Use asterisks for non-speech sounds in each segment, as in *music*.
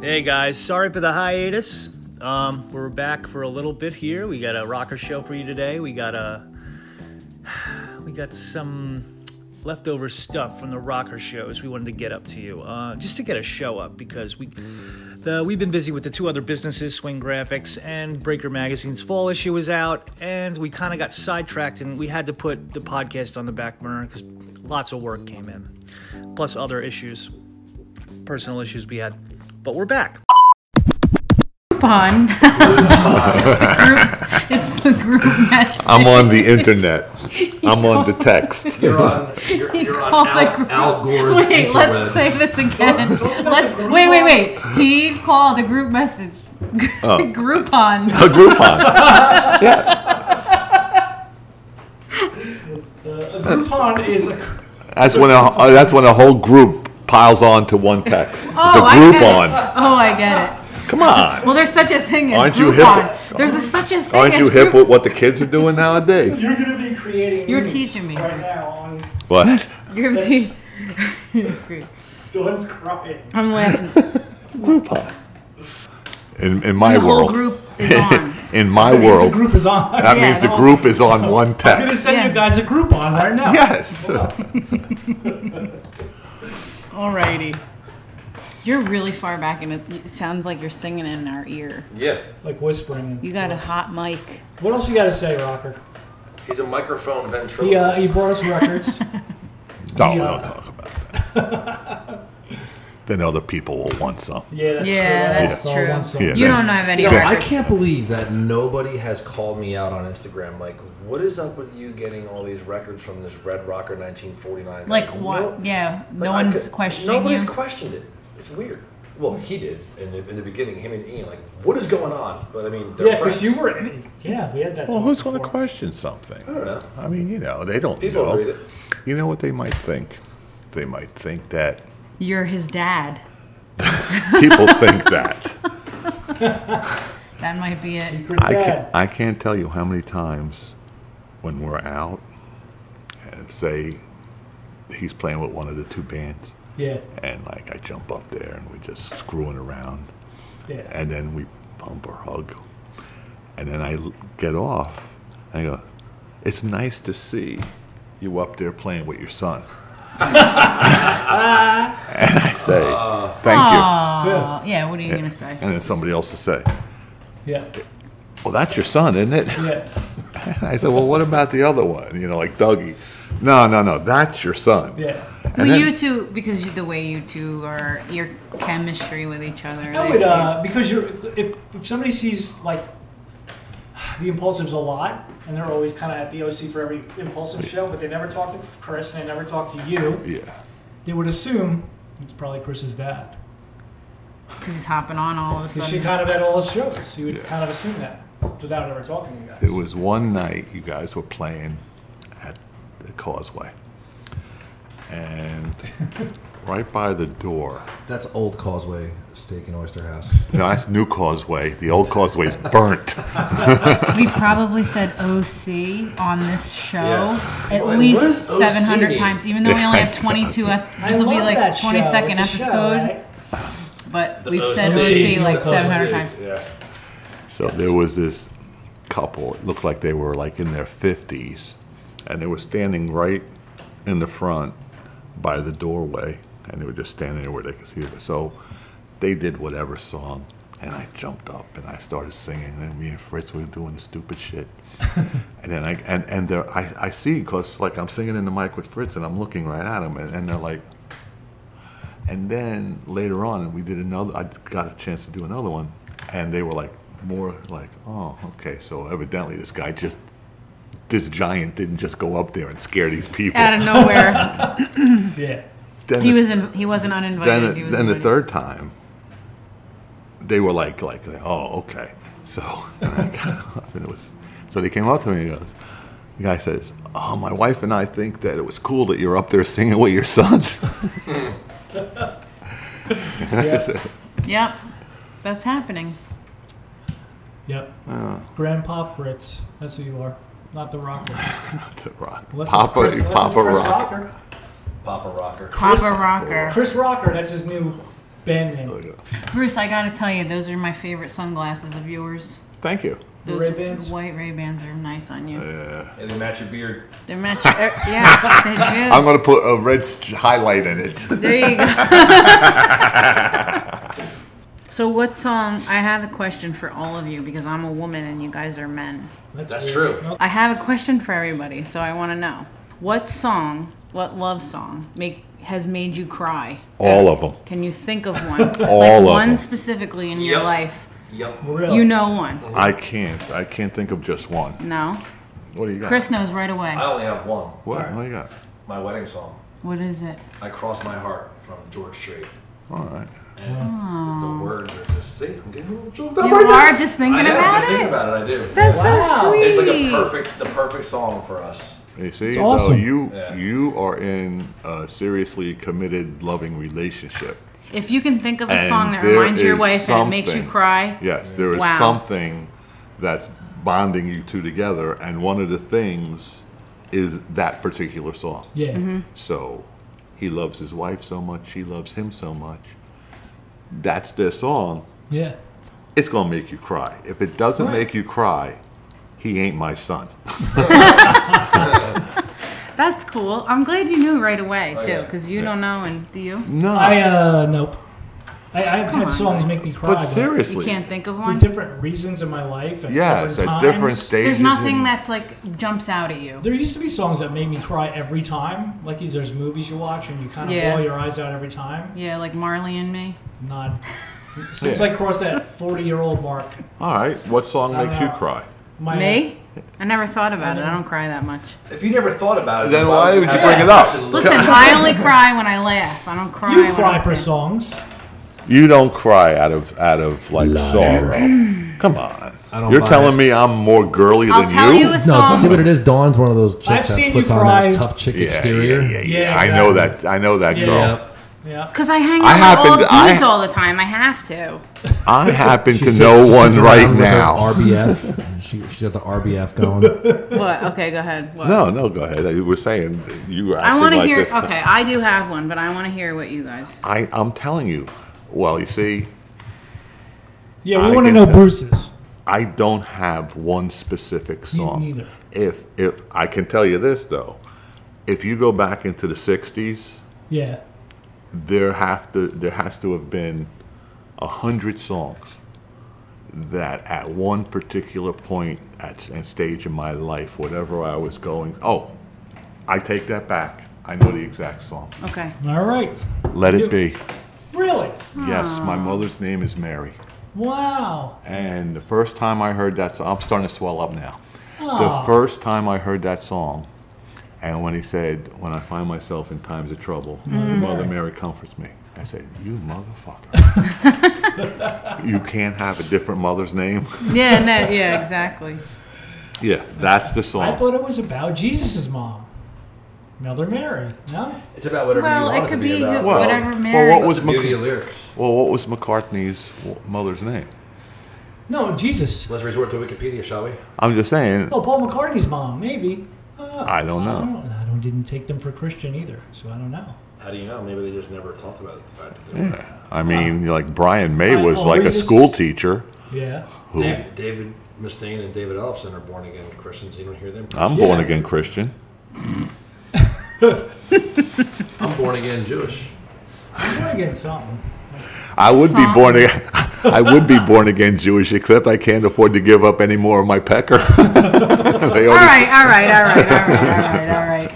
Hey guys, sorry for the hiatus. Um, we're back for a little bit here. We got a rocker show for you today. We got a *sighs* we got some leftover stuff from the rocker shows. We wanted to get up to you uh, just to get a show up because we the we've been busy with the two other businesses, Swing Graphics and Breaker Magazine's fall issue was out, and we kind of got sidetracked and we had to put the podcast on the back burner because lots of work came in, plus other issues, personal issues we had. But we're back. Groupon. *laughs* it's, the group, it's the group message. I'm on *laughs* the internet. I'm on the text. You're on, you're, He you're called on the Al, group- Al Gore's Wait, let's interwebs. say this again. Let's wait, wait, wait. He called a group message. Oh. *laughs* Groupon. A *laughs* Groupon. yes. Groupon is a That's when a, uh, that's when a whole group piles on to one text. Oh, it's a I get it. Groupon. Oh, I get it. Come on. Well, there's such a thing as Aren't you hip- Groupon. There's a, such a thing Aren't as you hip group- with what the kids are doing *laughs* nowadays? You're going to be creating. You're memes teaching me, right Bruce. now. On What? group *laughs* tea. Great. Dylan's crying. I'm laughing. Groupon. In, in my The whole world. *laughs* group is on. in my The world. group is on. I'm that Yeah, means the the, whole- group is on *laughs* one going to text. send Yeah. you guys a group on right now. *laughs* Yes. *laughs* Alrighty. You're really far back, and it- it sounds like you're singing it in our ear. yeah. Like whispering. You got a hot mic. What else you got to say, Rocker? He's a microphone He, uh, ventriloquist. he brought us records. No, we don't talk about that. then other people will want some. Yeah, that's Yeah, true. that's all true. one song. Yeah. You don't have any Yo, I records. can't believe that nobody has called me out on Instagram. Like, what is up with you getting all these records from this Red Rocker 1949? Like no- what? yeah, like, no I one's could- questioning Nobody's you. questioned it. It's weird. Well, he did in the, in the beginning. Him and Ian, like, what is going on? But I mean, they're *laughs* Yeah, friends. because you were. in- Yeah, we had that. Well, talk who's going to before. question I something? don't know. I mean, you know, they don't People know. read it. You know what they might think? They might think that You're his dad. people think that. That might be it. Secret I can't, dad. I can't tell you how many times when we're out and say he's playing with one of the two bands Yeah, and like I jump up there and we're just screwing around yeah. and then we bump or hug and then I l- get off and I go, it's nice to see you up there playing with your son. *laughs* and I say, thank Aw, Yeah. yeah. What are you you. gonna say? And then somebody else will say, Yeah, well, that's your son, isn't it? *laughs* yeah. I said, well, what about the other one? You know, like Dougie. No, no, no, that's your son. Yeah. And Well, then- you two, because you, the way you two are, your chemistry with each other. I they would, say- uh, because you're if, if somebody sees like the impulsives a lot, and they're always kind of at the OC for every impulsive show, but they never talk to Chris and they never talk to you, yeah. they would assume it's probably Chris's dad. 'cause he's hopping on all of a Because she sudden. kind of at all his shows, you would Yeah. kind of assume that without ever talking to you guys. It was one night you guys were playing at the causeway. And *laughs* right by the door, That's old Causeway Steak and Oyster House. no, that's new causeway. The old causeway's burnt. We've probably said OC on this show Yeah. at What- what least does OC 700 mean? times, even though we *laughs* only have 22. ep- I this will be love like that show. 22nd It's a episode, show, right? but we've said OC. OC like The 700 times. Yeah. So there was this couple, it looked like they were like in their 50s, and they were standing right in the front by the doorway, and they were just standing there where they could see it. So they did whatever song, and I jumped up and I started singing, and me and Fritz were doing the stupid shit. and then I, and, and they're, I, I see, because like I'm singing in the mic with Fritz, and I'm looking right at him, and, and they're like, and then later on, we did another. I got a chance to do another one, and they were like more like, "Oh, okay." So evidently, this guy just, this giant didn't just go up there and scare these people. Out of *laughs* nowhere, Yeah. Then he the- was in, he wasn't uninvited. then, he was then the invited. third time, they were like, like, oh, okay. So *laughs* and I got up and it was. So they came up to me and he goes, the guy says, "Oh, my wife and I think that it was cool that you're up there singing with your son." *laughs* *laughs* Yep, that's happening. Yep. Grandpa Fritz. That's who you are. Not the rocker. Unless it's Papa, Chris- unless it's Papa Chris Rock. Rocker. Papa Rocker. Papa Chris- Rocker. Chris Rocker. That's his new bend them. Look at it. Bruce, I gotta tell you, those are my favorite sunglasses of yours. Thank you. The Those Ray-Bans? white Ray Bans are nice on Oh, you. And they match your beard. They match. er, *laughs* yeah, they do. I'm gonna put a red s- highlight in it. There you go. *laughs* so, what song? I have a question for all of you because I'm a woman and you guys are men. That's weird. true. Nope. I have a question for everybody, so I want to know what song, what love song, make has made you cry? All of them. Can you think of one? *laughs* All like of one them. specifically in Yep. your life. Yep. Really? You know one. I can't. I can't think of just one. No. What do you got? Chris knows right away. I only have one. What? What do you got? My wedding song. What is it? I cross my heart from George Strait. All right. And the words are just see, I'm getting a little choked up You right now. are just thinking I am about just it. thinking about it, I do. That's so Wow. sweet. It's like a perfect the perfect song for us. You see, It's though, awesome. you Yeah. you are in a seriously committed, loving relationship. If you can think of a And song that there reminds your is wife and it makes you something. cry, Yes, there is Wow. something that's bonding you two together, and one of the things is that particular song. Yeah. Mm-hmm. So he loves his wife so much, she loves him so much. That's their song. Yeah. It's gonna make you cry. If it doesn't Right. make you cry, he ain't my *laughs* son. that's cool. I'm glad you knew right away Oh, too, yeah. because you don't know, and do you? No, I uh nope. I, I've Oh. Come had on, songs guys. make me cry. but You seriously, can't think of for one. different reasons in my life. At yes, different at times, different stages. There's nothing in- that's like jumps out at you. There used to be songs that made me cry every time. Like these, there's movies you watch and you kind of Yeah. bawl your eyes out every time. Yeah, like Marley and Me. *laughs* Not since I crossed that 40 year old mark. All right, what song I makes don't you know. cry? My, Me? I never thought about it. I don't cry that much. If you never thought about it, Then why would would you have bring that it up? question Listen, listed? I only cry when I laugh. I don't cry. You when cry I'm for sad. songs. You don't cry out of out of like *clears throat* sorrow. Come on. I don't You're buy telling me I'm more girly I'll than tell you, you? a No, song. see what it is. Dawn's one of those chicks I've seen that you puts on cry. that tough chick yeah, exterior. Yeah, yeah, yeah. Yeah, I know that. exactly. I know that Yeah. girl. Yep. Yeah. Because I hang I out with happen all to- I- dudes all the time. I have to. I happen She to sits- know she one sits right down with her now. *laughs* RBF. and she, she's got the RBF going. What? Okay, go ahead. What? No, no, go ahead. You were saying you were I acting want to like hear. this. Okay, I do have one, but I want to hear what you guys. I, I'm telling you. Well, you see, Yeah, we I want to get know that. Bruce's. I don't have one specific song. neither. If if I can tell you this though, if you go back into the '60s, Yeah. there have to there has to have been a hundred songs that at one particular point at and stage in my life, whatever I was going, oh, I take that back. I know the exact song. Okay. All right. Let it be. Really? Yes, my mother's name is Mary. Wow. And the first time I heard that song, I'm starting to swell up now. Aw. The first time I heard that song, and when he said, "When I find myself in times of trouble, Mm. Mother Mary comforts me," I said, "You *laughs* motherfucker! you can't have a different mother's name." Yeah. No. Yeah. Exactly. yeah, that's the I song. thought it was about Jesus' mom, Mother Mary. No? It's about whatever you Well, want it could to be, be about. Well, whatever well, Mary. what That's was the Mc- beauty of lyrics. Well, what was McCartney's w- mother's name? No, Jesus. Let's resort to Wikipedia, shall we? I'm just saying. Oh, Paul McCartney's mom, maybe. Uh, I don't know. I don't, I don't- didn't take them for Christian either, so I don't know. How do you know? Maybe they just never talked about the fact that they were. Yeah, I mean, like Brian May Brian was like a Always- school teacher. Yeah. Who David, David Mustaine and David Ellison are born again Christians. You don't hear them. I'm Yeah. born again Christian. I'm born again Jewish. I'm gonna get something. I would Song. be born again. *laughs* I would be born again Jewish, except I can't afford to give up any more of my pecker. *laughs* they All always right. All right. All right. All right. All right.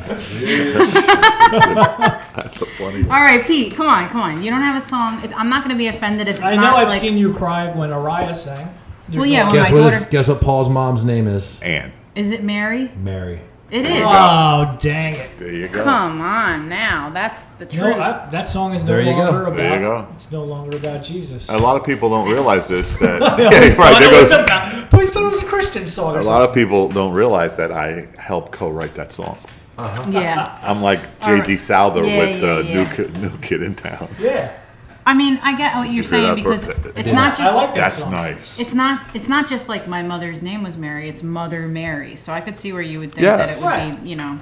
All right. the funny. All right, Pete. Come on. Come on. You don't have a song. It, I'm not gonna be offended if it's I not know I've like. seen you cry when Araya sang. You're Well, yeah, guess when going, Oh my what? Is, daughter- guess what? Paul's mom's name is And is it Mary? Mary. It is. Oh, dang it. there you go. Come on now. That's the You truth. know, I, that song is no There you go. longer about. There you go. It's no longer about Jesus. A lot of people don't realize *laughs* this. That yeah, But right, there it was goes. about, but it was a Christian song. A Or lot something. of people don't realize that I helped co-write that song. yeah. I'm like All J.D. right. Souther Yeah, with yeah, uh, yeah. New, Kid, New Kid in Town. Yeah. I mean, I get what you're Figure it saying out because for- it's not I just like that That's song. nice. it's not it's not just like my mother's name was Mary. It's Mother Mary. So I could see where you would think that it Yes. would Right. be. You know.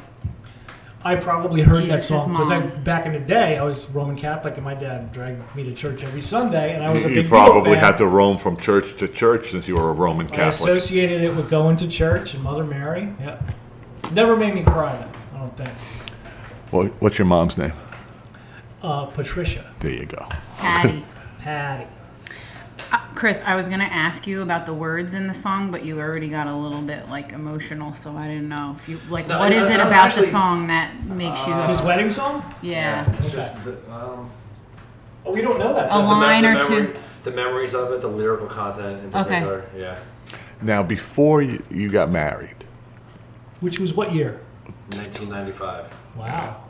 I probably heard that Jesus' song because I, mom. back in the day, I was Roman Catholic, and my dad dragged me to church every Sunday, and I was a You big probably Beatle fan. had to roam from church to church since you were a Roman I Catholic. associated it with going to church and Mother Mary. Yep. Never made me cry though. I don't think. What, what's your mom's name? Uh, Patricia, There you go. *laughs* Patty. Uh, Patty. Chris, I was gonna ask you about the words in the song, but you already got a little bit like emotional, so I didn't know if you like No, what I- is I- it I'm about actually- the song that makes you His go, wedding song? yeah. It's just the, um, Oh, we don't know that. Oh, song. just the me- line the or memory- two. The memories of it, the lyrical content in Okay. particular. Yeah. Now, before you, you got married, Which was what year? 1995. Wow.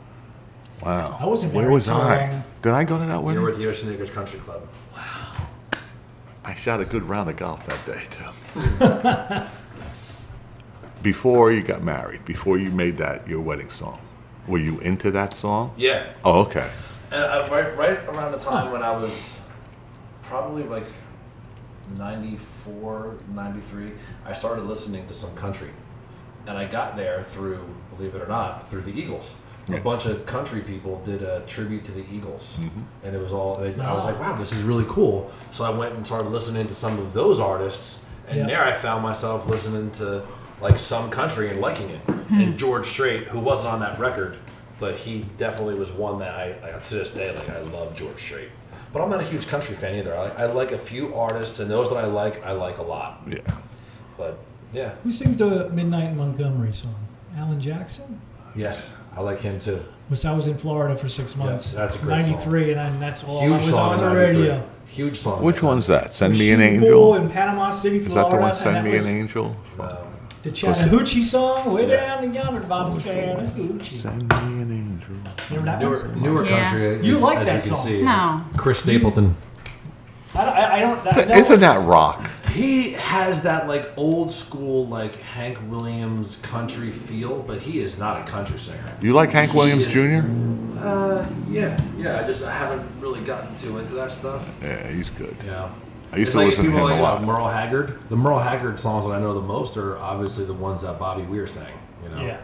wow. I wasn't Where married was so I? long. Did I go to that You were wedding? at the Ocean Acres Country Club. I shot a good round of golf that day, too. *laughs* before you got married, before you made that your wedding song, were you into that song? Yeah. Oh, okay. And I, right, right around the time when I was probably like 94, 93, I started listening to some country. And I got there through, believe it or not, through the Eagles. Yeah. A bunch of country people did a tribute to the Eagles. And it was all, they, I was like, wow, this is really cool. So I went and started listening to some of those artists. And Yeah. there I found myself listening to like some country and liking it. And George Strait, who wasn't on that record, but he definitely was one that I, I to this day like I love George Strait. But I'm not a huge country fan either. I, I like a few artists, and those that I like, I like a lot. Yeah. But yeah, Who sings the Midnight in Montgomery song? Alan Jackson? yes, I like him too. Was I was in Florida for six months. that's a great song. 93, and I, that's all. I Huge was song on in the 93. radio. Huge song. Which one's that? Send Me an Shooting Angel? Pool in Panama City, Is that Florida. the one, and that Send Me was an Angel? The Chattahoochee song, way Yeah. down the yonder, Bob Chattahoochee. Send Me an Angel. Remember that one? Newer, newer Yeah. country. You as- like as that you can song. See. No. Chris Stapleton. I don't. I, I don't that, that Isn't that rock? He has that like old school like Hank Williams country feel, but he is not a country singer. You like Hank He Williams is- Jr.? Uh, yeah, yeah. I just I haven't really gotten too into that stuff. Yeah, he's good. You know. I used It's to like listen to people him like, a uh, lot. Merle Haggard. The Merle Haggard songs that I know the most are obviously the ones that Bobby Weir sang. You know, Yeah.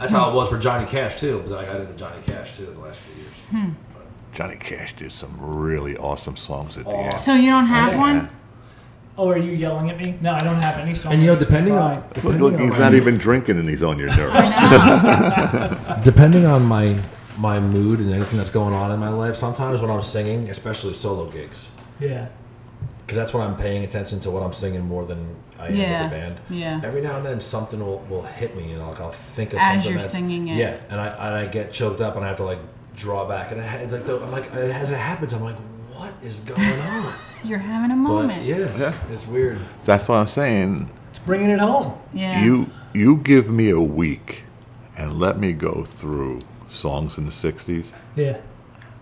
that's how it was for Johnny Cash too. But then I got into Johnny Cash too in the last few years. Hmm. Johnny Cash did some really awesome songs at the end. So you don't have one? Oh, are you yelling at me? No, I don't have any song. And you know, that depending on I- Look, depending look, on, he's not even drinking and he's on your *laughs* nerves. depending on my my mood and anything that's going on in my My life. life sometimes when I'm singing, especially solo gigs, Yeah. because that's when I'm paying attention to what I'm singing more than I am Yeah, with the band. yeah. Every now and then something will, will hit me, and like I'll think of As something you're that's- singing it. Yeah, and I and I get choked up, and I have to like draw back, and I, ha- it's like the, I'm like as it happens, I'm like, what is going *laughs* on? You're having a but moment. yeah, it's- Yeah. it's weird. That's what I'm saying. It's bringing it home. Yeah. You you give me a week and let me go through songs in the 60s. Yeah.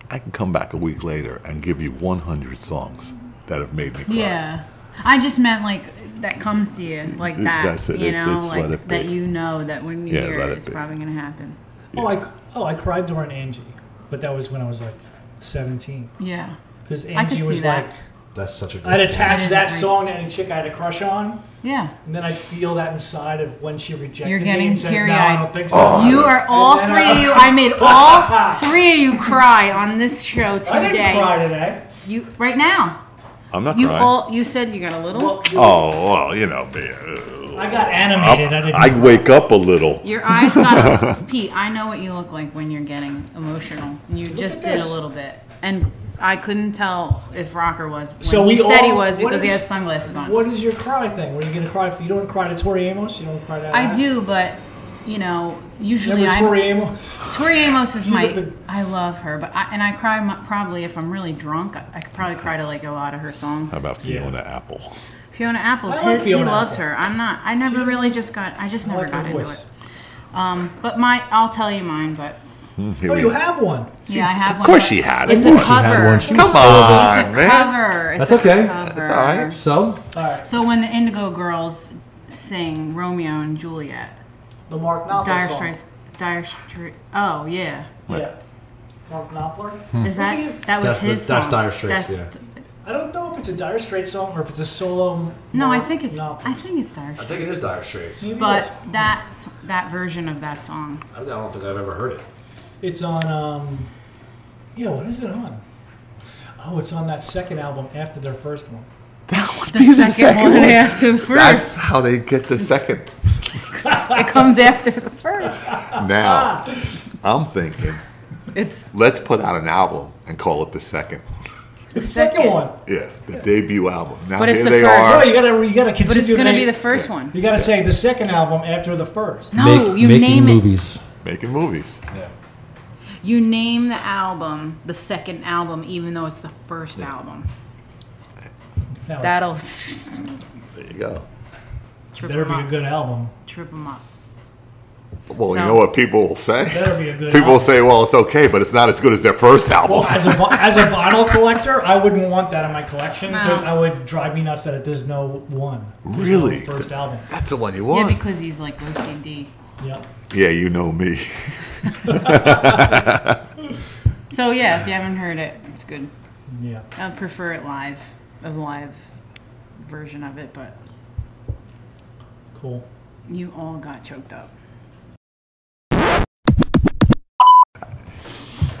I can come back a week later and give you 100 songs that have made me cry. Yeah. I just meant like that comes to you like Th- that. that's it. You It's- know, it's like let it be. that you know that when you Yeah, hear let it, it it's be. probably gonna happen. Oh, I oh I cried during Angie, but that was when I was like 17. Yeah. Because I could Angie see was that. like That's such a good. I'd song. attach is that nice. song to any chick I had a crush on, Yeah. and then I'd feel that inside of when she rejected You're me getting and said, teary "No, I don't eyed. think so." you are all And then three I- of you. I *laughs* made all three of you cry on this show I didn't today. cry today. You right now. I'm not You crying. all. You said you got a little. Well, oh, well, you know, man, I got animated. I didn't. I wake up a little. Your eyes *laughs* got. Pete, I know what you look like when you're getting emotional. You just at did a this. little bit, and I couldn't tell if Rocker was. When So he we said he all- was what because he is- has sunglasses on. What is your cry thing? What are you gonna cry if you don't cry to Tori Amos? You don't cry to uh, I do, but you know, usually Remember I. Tori Tori, Amos? *laughs* Amos is She's my. a big- I love her, but I, and I cry mo- probably if I'm really drunk. I, I could probably cry to like a lot of her songs. How about Yeah. Fiona Apple? Fiona Apple's. I like he, Fiona he loves Apple. her. I'm not. I never She's- really just got. I just I never like got her into voice. it. Um, but my, I'll tell you mine. But *laughs* Here Oh, we you go. have one. yeah, I have Of one. course but she has It's one. a She had cover. one. She- Come It's a on, man. cover. It's That's a okay. Cover. That's all right. So All right, So when the Indigo Girls sing Romeo and Juliet, the Mark Knopfler Dire song. Straits, Dire Straits. Oh yeah, Yeah. Mark Knopfler. is Was he- that that was That's the- his that's song? Dire Straits, That's- I I don't know if it's a Dire Straits song or if it's a solo. No, I Mark think it's Knopfler. I think it's Dire I Straits. think it is Dire Straits. Maybe But it's- that s- that version of that song, I don't think I've ever heard it. It's on. Um, yeah, what is it on? Oh, it's on that second album after their first one. the second, one after the That's first, how they get the second. it comes after the first. Now, I'm thinking, It's let's put out an album and call it the second. The second, second. one. Yeah, the debut album. Now But here it's the they first. No, are. Oh, you gotta you gotta continue. but it's to gonna name- be the first one. You gotta say the second album after the first. No, Make- you making name it. movies. Making movies. Yeah. You name the album the second album, even though it's the first album. That one's- That'll s- There you go. trip better them be a up. good album. Trip them up. Well, you So- know what people will say? Better be a good. People will album. say, well, it's okay, but it's not as good as their first Well, album. as a bo- as a bottle collector, I wouldn't want that in my collection No. because I would drive me nuts that it does no one Really? first album. That's the one you Yeah, want. because he's like OCD. Yep. Yeah, you know me. So yeah, if you haven't heard it, it's good. Yeah. I prefer it live, a live version of it, but Cool. you all got choked up.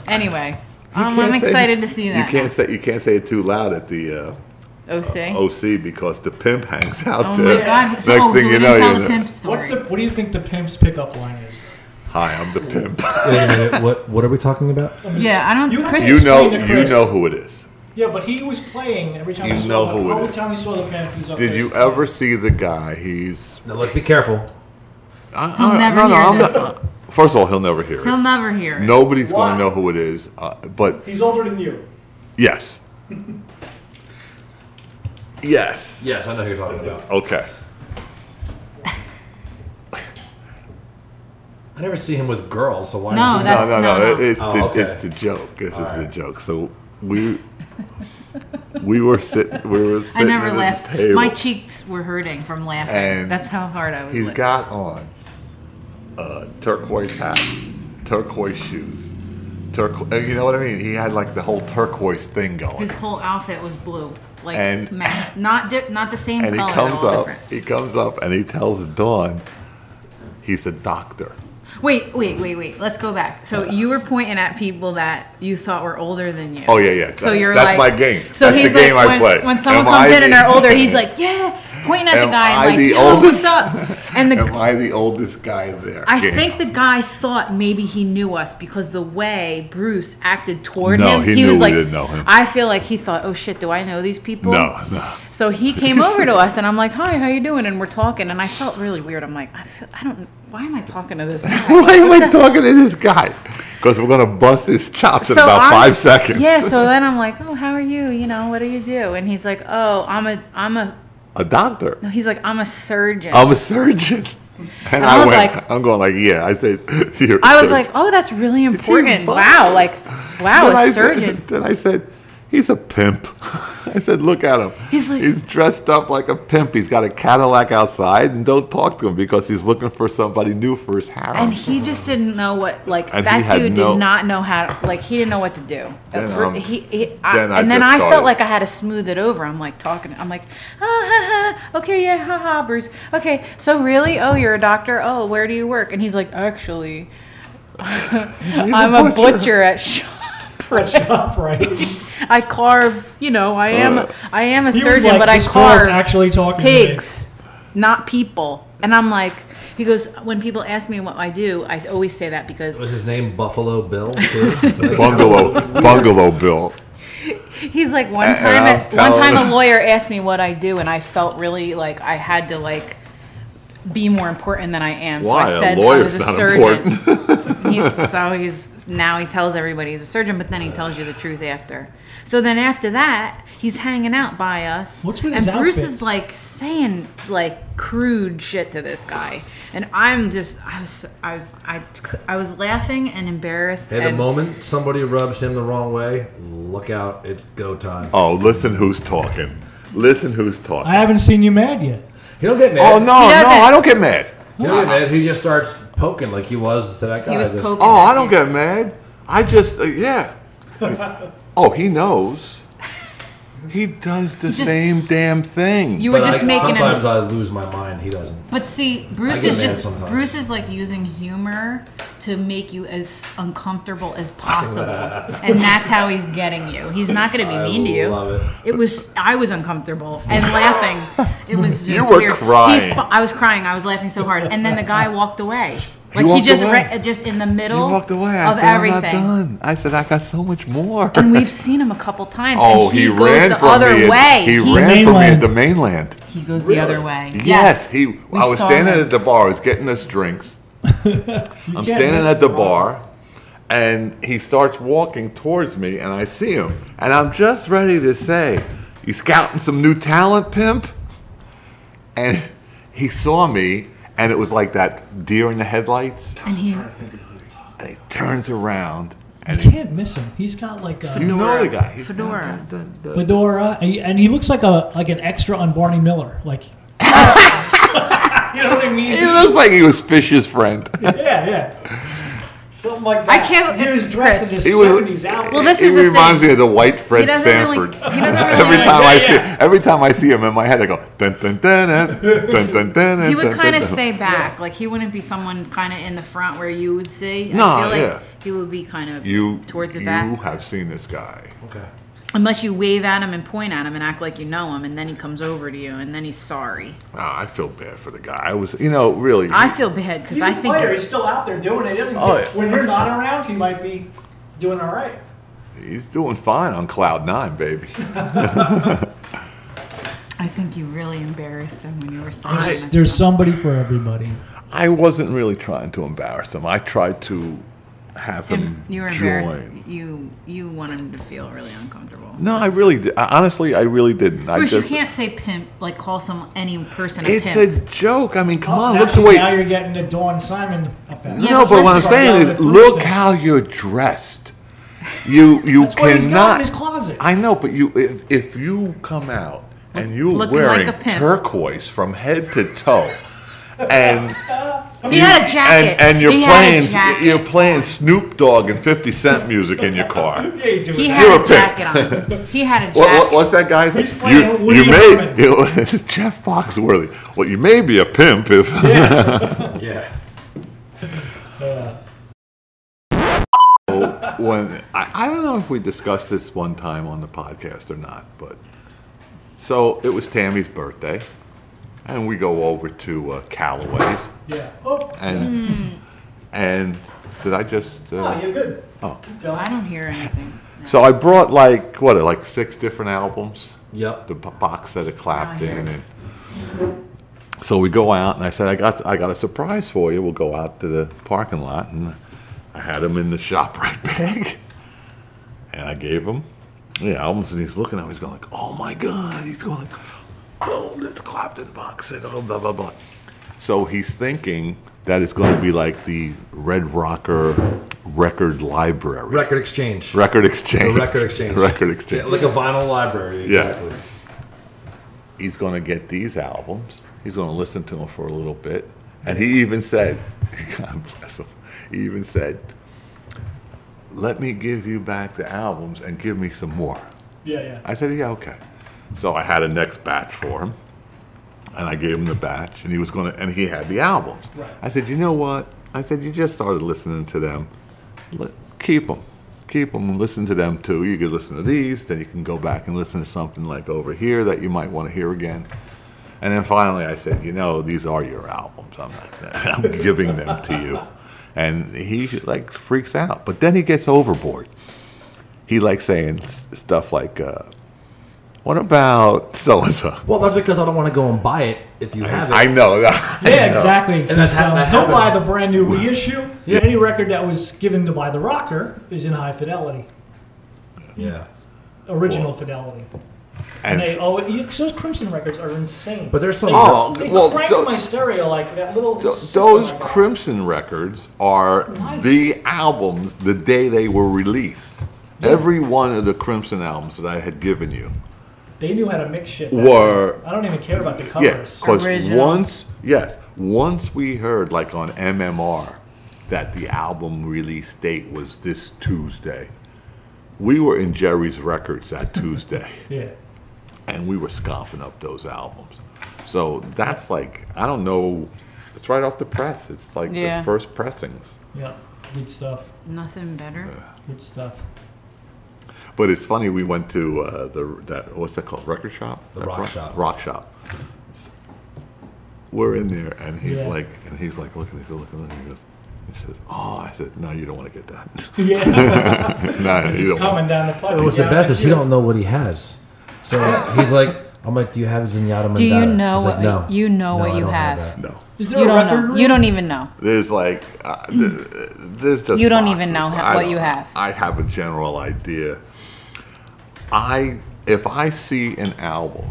Anyway, um, I'm can't say- excited to see You that. can't say you can't say it too loud at the uh, OC. OC because the pimp hangs out Oh there. my god! So, oh, so Oh, Next thing we you didn't know, tell you the know. pimp story. What's the? What do you think the pimp's pickup line is? Hi, I'm the pimp. Wait a minute. What what are we talking about? yeah, I don't. You have Chris, to- you know, Explain to you Chris. know who it is. Yeah, but he was playing every time You he saw know the, who it every is. time he saw the pimp. He's up Did there, you he's ever see the guy? He's uh, Now let's be careful. I, He'll never hear this. uh, first of all, he'll never hear he'll it. never hear it. Nobody's going to Why? know who it is. Uh, but He's older than you. *laughs* yes, yes, Yes, I know who you're talking about. okay. I never see him with girls, so why? No, that's- no, no, no, no. no. It's, Oh, the, okay. it's the joke. This is the joke. So we we were sitting. We were I sitting. never at the laughed. table. My cheeks were hurting from laughing. And That's how hard I was. He's like- got on a turquoise hat, turquoise shoes, turquoise. You know what I mean? He had like the whole turquoise thing going. His whole outfit was blue, like And- ma- not di- not the same And he color. comes all up. different. He comes up and he tells Dawn he's a doctor. Wait, wait, wait, wait. Let's go back. So Uh, you were pointing at people that you thought were older than you. Oh yeah, yeah. So that- you're that's like, my game. So that's he's the game like, I when, play. when someone Am comes I in and the- they're older, he's like, yeah, pointing at Am the guy I and like, the yo, oldest? what's up? And Am the I the oldest guy there? I Game. think the guy thought maybe he knew us because the way Bruce acted toward No, him, he knew was we like, didn't know him. I feel like he thought, oh shit, do I know these people? No, no. So he *laughs* came over to us, and I'm like, "Hi, how you doing?" And we're talking, and I felt really weird. I'm like, "I feel, I don't. Why am I talking to this?" guy? *laughs* Why am I talking to this guy? Because we're gonna bust his chops in about I'm- five seconds. Yeah. So then I'm like, "Oh, how are you? You know, what do you do?" And he's like, "Oh, I'm a, I'm a." a doctor. No, he's like, "I'm a surgeon." I'm a surgeon. And, I, I was went, like- I'm going like, yeah. I said, *laughs* you're a I was surgeon. like, "Oh, that's really important. fuck. Wow, like, wow, Then I a said- surgeon." *laughs* then I said, he's a pimp. *laughs* I said, look at him. He's like- he's dressed up like a pimp. He's got a Cadillac outside, and don't talk to him because he's looking for somebody new for his harem. And he just didn't know what, like, And he that had dude no- did not know how, to, like, he didn't know what to do. Then, Uh, br- um, he, he, I, then I and then just I started- felt like I had to smooth it over. I'm like talking, I'm like, ah, ha, ha, okay, yeah, ha, ha, Bruce. Okay, so really? Oh, you're a doctor? Oh, where do you work? And he's like, actually, I'm a butcher, at Shaw. Press up, right? I carve, you know, I Uh, am, I am a He was surgeon, like, but I this girl's carve actually talking to me. pigs, not people. And I'm like, he goes, when people ask me what I do, I always say that because Was his name Buffalo *laughs* Bill? Too? Like, *laughs* bungalow, bungalow bill. He's like one And- and time. I'll A, one tell time *laughs* him. a lawyer asked me what I do, and I felt really like I had to like be more important than I am. Why? So A I said I lawyer's was a not surgeon. *laughs* *laughs* He- so he's now he tells everybody he's a surgeon, but then he tells you the truth after. So then after that, he's hanging out by us. What's with and his Bruce outfits? is like saying like crude shit to this guy, and I'm just I was I was I, I was laughing and embarrassed. At the and moment somebody rubs him the wrong way, look out! It's go time. Oh, listen who's talking. Listen who's talking. I haven't seen you mad yet. He don't get mad. oh, no, no, He doesn't. I don't get mad. He don't get mad. He just starts poking like he was to that guy. he was just- poking. Oh, at I don't me. *laughs* get mad. I just, uh, yeah. oh, he knows. He does the Just- same damn thing. You were But just I, making sometimes him. I lose my mind. He doesn't. But see, Bruce get is mad just sometimes. Bruce is like using humor to make you as uncomfortable as *laughs* possible, and that's how he's getting you. He's not going to be mean to you. love it. It was I was uncomfortable and laughing. It was just *laughs* You were weird. crying. He, fu- I was crying. I was laughing so hard, and then the guy walked away. Like he, walked just away. re- just in the He middle walked away. I of said, everything. I'm not done. I said, I got so much more. And we've seen him a couple times. oh, and he, he, goes ran the from other me. at- way. He, ran from me at Mainland. the mainland. He goes the other way. Yes, Yes. he. We I was saw standing him. at the bar. I was getting us drinks. I'm can't standing miss at the the bar, and he starts walking towards me, and I see him, and I'm just ready to say, "You scouting some new talent, pimp?" And he saw me, and it was like that deer in the headlights, And he, and he turns around, You and he, can't miss him. He's got like you a know the guy, He's got Fedora. the- the- the- fedora, and he, and he looks like a like an extra on Barney Miller. *laughs* Like, you know what I mean? He looks like he was Fish's friend. Yeah, yeah. Something like I that. can't- He was dressed in his He was- seventies outfit. Well, this he is the reminds thing. me of the white Fred He doesn't really- Sanford. he *laughs* doesn't really every like- time I Yeah, see yeah. every time I see him in my head, I go dun dun dun dun dun dun dun. he would dun, kind of dun, dun. stay back. Like he wouldn't be someone kind of in the front where you would see. No, I feel like yeah. he would be kind of You towards the you back, have seen this guy. Okay. unless you wave at him and point at him and act like you know him, and then he comes over to you and then he's sorry. Ah, I feel bad for the guy. I was, you know, really. I feel bad because He's I a player. think He's still out there doing it. He doesn't Oh, get- yeah. When you're not around, he might be doing all right. he's doing fine on cloud nine, baby. I think you really embarrassed him when you were saying There's, that there's stuff. somebody for everybody. I wasn't really trying to embarrass him. I tried to have him Em- You were join. embarrassed. You you want him to feel really uncomfortable. No, I really did. Honestly, I really didn't. I Bruce, just. you can't say pimp like call some any person a it's pimp. a joke. I mean, come Oh, on. now Look the she- way. Now you're getting the Dawn Simon effect. Yeah, no, but but what I'm listen- saying Yeah, is, but look listen. how you're dressed. You you That's what he's got in cannot. his closet. I know, but you if, if you come out and you're Looking like wearing a pimp. turquoise from head to toe, and *laughs* he had a jacket. and, and you're He had a playing jacket. you're playing Snoop Dogg and Fifty Cent music in your car. Yeah, you *laughs* do He it. You're had a a pimp. jacket *laughs* on. He had a jacket. What, what, what's that guy's He's playing You, Woody you may Herman. you, *laughs* Jeff Foxworthy. Well, you may be a pimp if Yeah. when I, I don't know if we discussed this one time on the podcast or not, but so it was Tammy's birthday, and we go over to uh, Callaway's, Yeah. Oh, and and did I just? Uh, oh, you're good. Oh. Keep going. I don't hear anything. So I brought like what, like six different albums, Yep. the b- box set of I hear Clapton, and so we go out, and I said, I got I got a surprise for you. We'll go out to the parking lot, and I had him in the *laughs* Shoprite bag. and I gave him the albums, and he's looking at me, he's going like, "Oh my god!" He's going like, "Oh, that's Clapton box and oh, blah blah blah." So he's thinking that it's going to be like the Red Rocker record library, Record exchange. record exchange, The record exchange. *laughs* record Yeah, exchange. like a vinyl library. Yeah. Exactly. he's going to get these albums. He's going to listen to them for a little bit. And he even said, *laughs* God bless him, he even said, let me give you back the albums and give me some more. Yeah, yeah. I said, yeah, okay. So I had a next batch for him, and I gave him the batch, and he was gonna, and he had the albums. Right. I said, you know what? I said, you just started listening to them. Let, keep them, keep them, and listen to them too. You could listen to these, then you can go back and listen to something like over here that you might want to hear again. And then finally, I said, you know, these are your albums. I'm not, *laughs* I'm giving them to you. And he like freaks out, but then he gets overboard he likes saying s- stuff like, uh, "What about so and so?" Well, that's because I don't want to go and buy it if you have it. I know. *laughs* Yeah, exactly. And that's how that he'll happened. buy the brand new reissue. Any record that was given to by the rocker is in high fidelity, yeah. original fidelity. And they And oh, those Crimson records are insane. But there's some. Oh, they well, crank tho- my stereo like that little. th- system those I got. Crimson records are Nice. the albums the day they were released. Every one of the Crimson albums that I had given you They knew how to mix shit. back were then. I don't even care about the yes, covers. because Original. once yes, once we heard like on MMR that the album release date *laughs* was this Tuesday, we were in Jerry's Records that Tuesday. Yeah. and we were scoffing up those albums. So that's like I don't know. It's right off the press. It's like Yeah. the first pressings. Yeah, good stuff. Nothing better. Good stuff. *laughs* *laughs* But it's funny. We went to uh, the that what's that called? Record shop. The That Rock pro- Shop. Rock shop. S- We're in there, and he's Yeah. like, and he's like, look at this, look at this. He goes, he says, oh, I said, no, you don't want to get that. *laughs* Yeah, no, you it's don't. coming Want down the pipe. What's the Yeah, best is he yeah. don't know what he has. So he's like, I'm like, do you have Zenyatta Mandata? Do you know He's like, what- no. you know No, what I you don't have. that. no, Is there You a don't record know. room? You don't even know. there's like, uh, th- there's just. Mm. You don't even boxes. know I what don't you know. have. I have a general idea. I if I see an album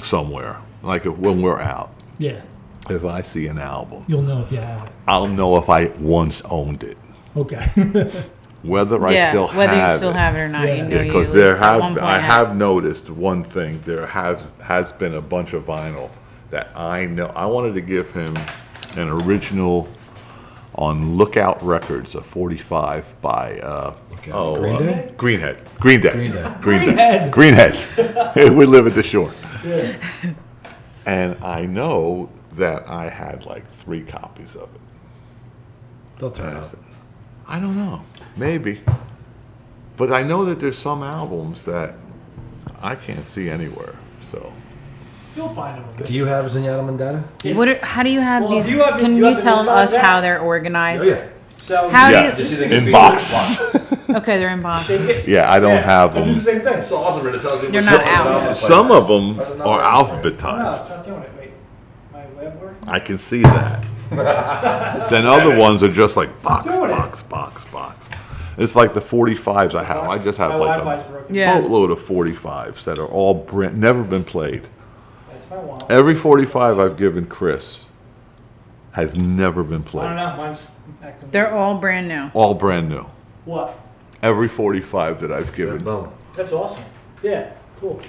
somewhere, like if, when we're out, Yeah, if I see an album, you'll know if you have it. I'll know if I once owned it. Okay. *laughs* whether I yeah, still whether have you still it. have it or not, Yeah. you know yeah, you because at there least at have one point I have. have noticed one thing. There has has been a bunch of vinyl that I know. I wanted to give him an original on Lookout Records, a 45 by uh, Lookout. oh Green uh, Day? Greenhead, Green Day, Green Day. Greenhead, *laughs* Greenhead. we live at the shore, and I know that I had like three copies of it. They'll turn I out. said, I don't know. Maybe. But I know that there's some albums that I can't see anywhere. So you'll find them. Do you have Zenyatta Mandata? What are, how do you have Well, these? do you have- can do you you, have the tell discount us back? how they're organized? So How Oh, Yeah. do Did you? you Oh, think it's in beautiful? boxes. Okay, they're in boxes. Shake *laughs* it. yeah, I don't Yeah, have I do the them. same thing. It's awesome, and it tells you They're what not song out. it's on. It's like- Some of them There's another are one for you. No, it's *laughs* alphabetized. not doing it. Wait, my web work? I can see *laughs* that. then other ones are just like box, Doing it. box, box, box. It's like the 45s I have. I just have my like Wi-Fi's a broken. Yeah. boatload of 45s that are all brand, never been played. That's my wallet. Every 45 I've given Chris has never been I don't played. know. Mine's acting. They're all brand new. All brand new. What? Every 45 that I've given. Boom. That's awesome. Yeah. Cool.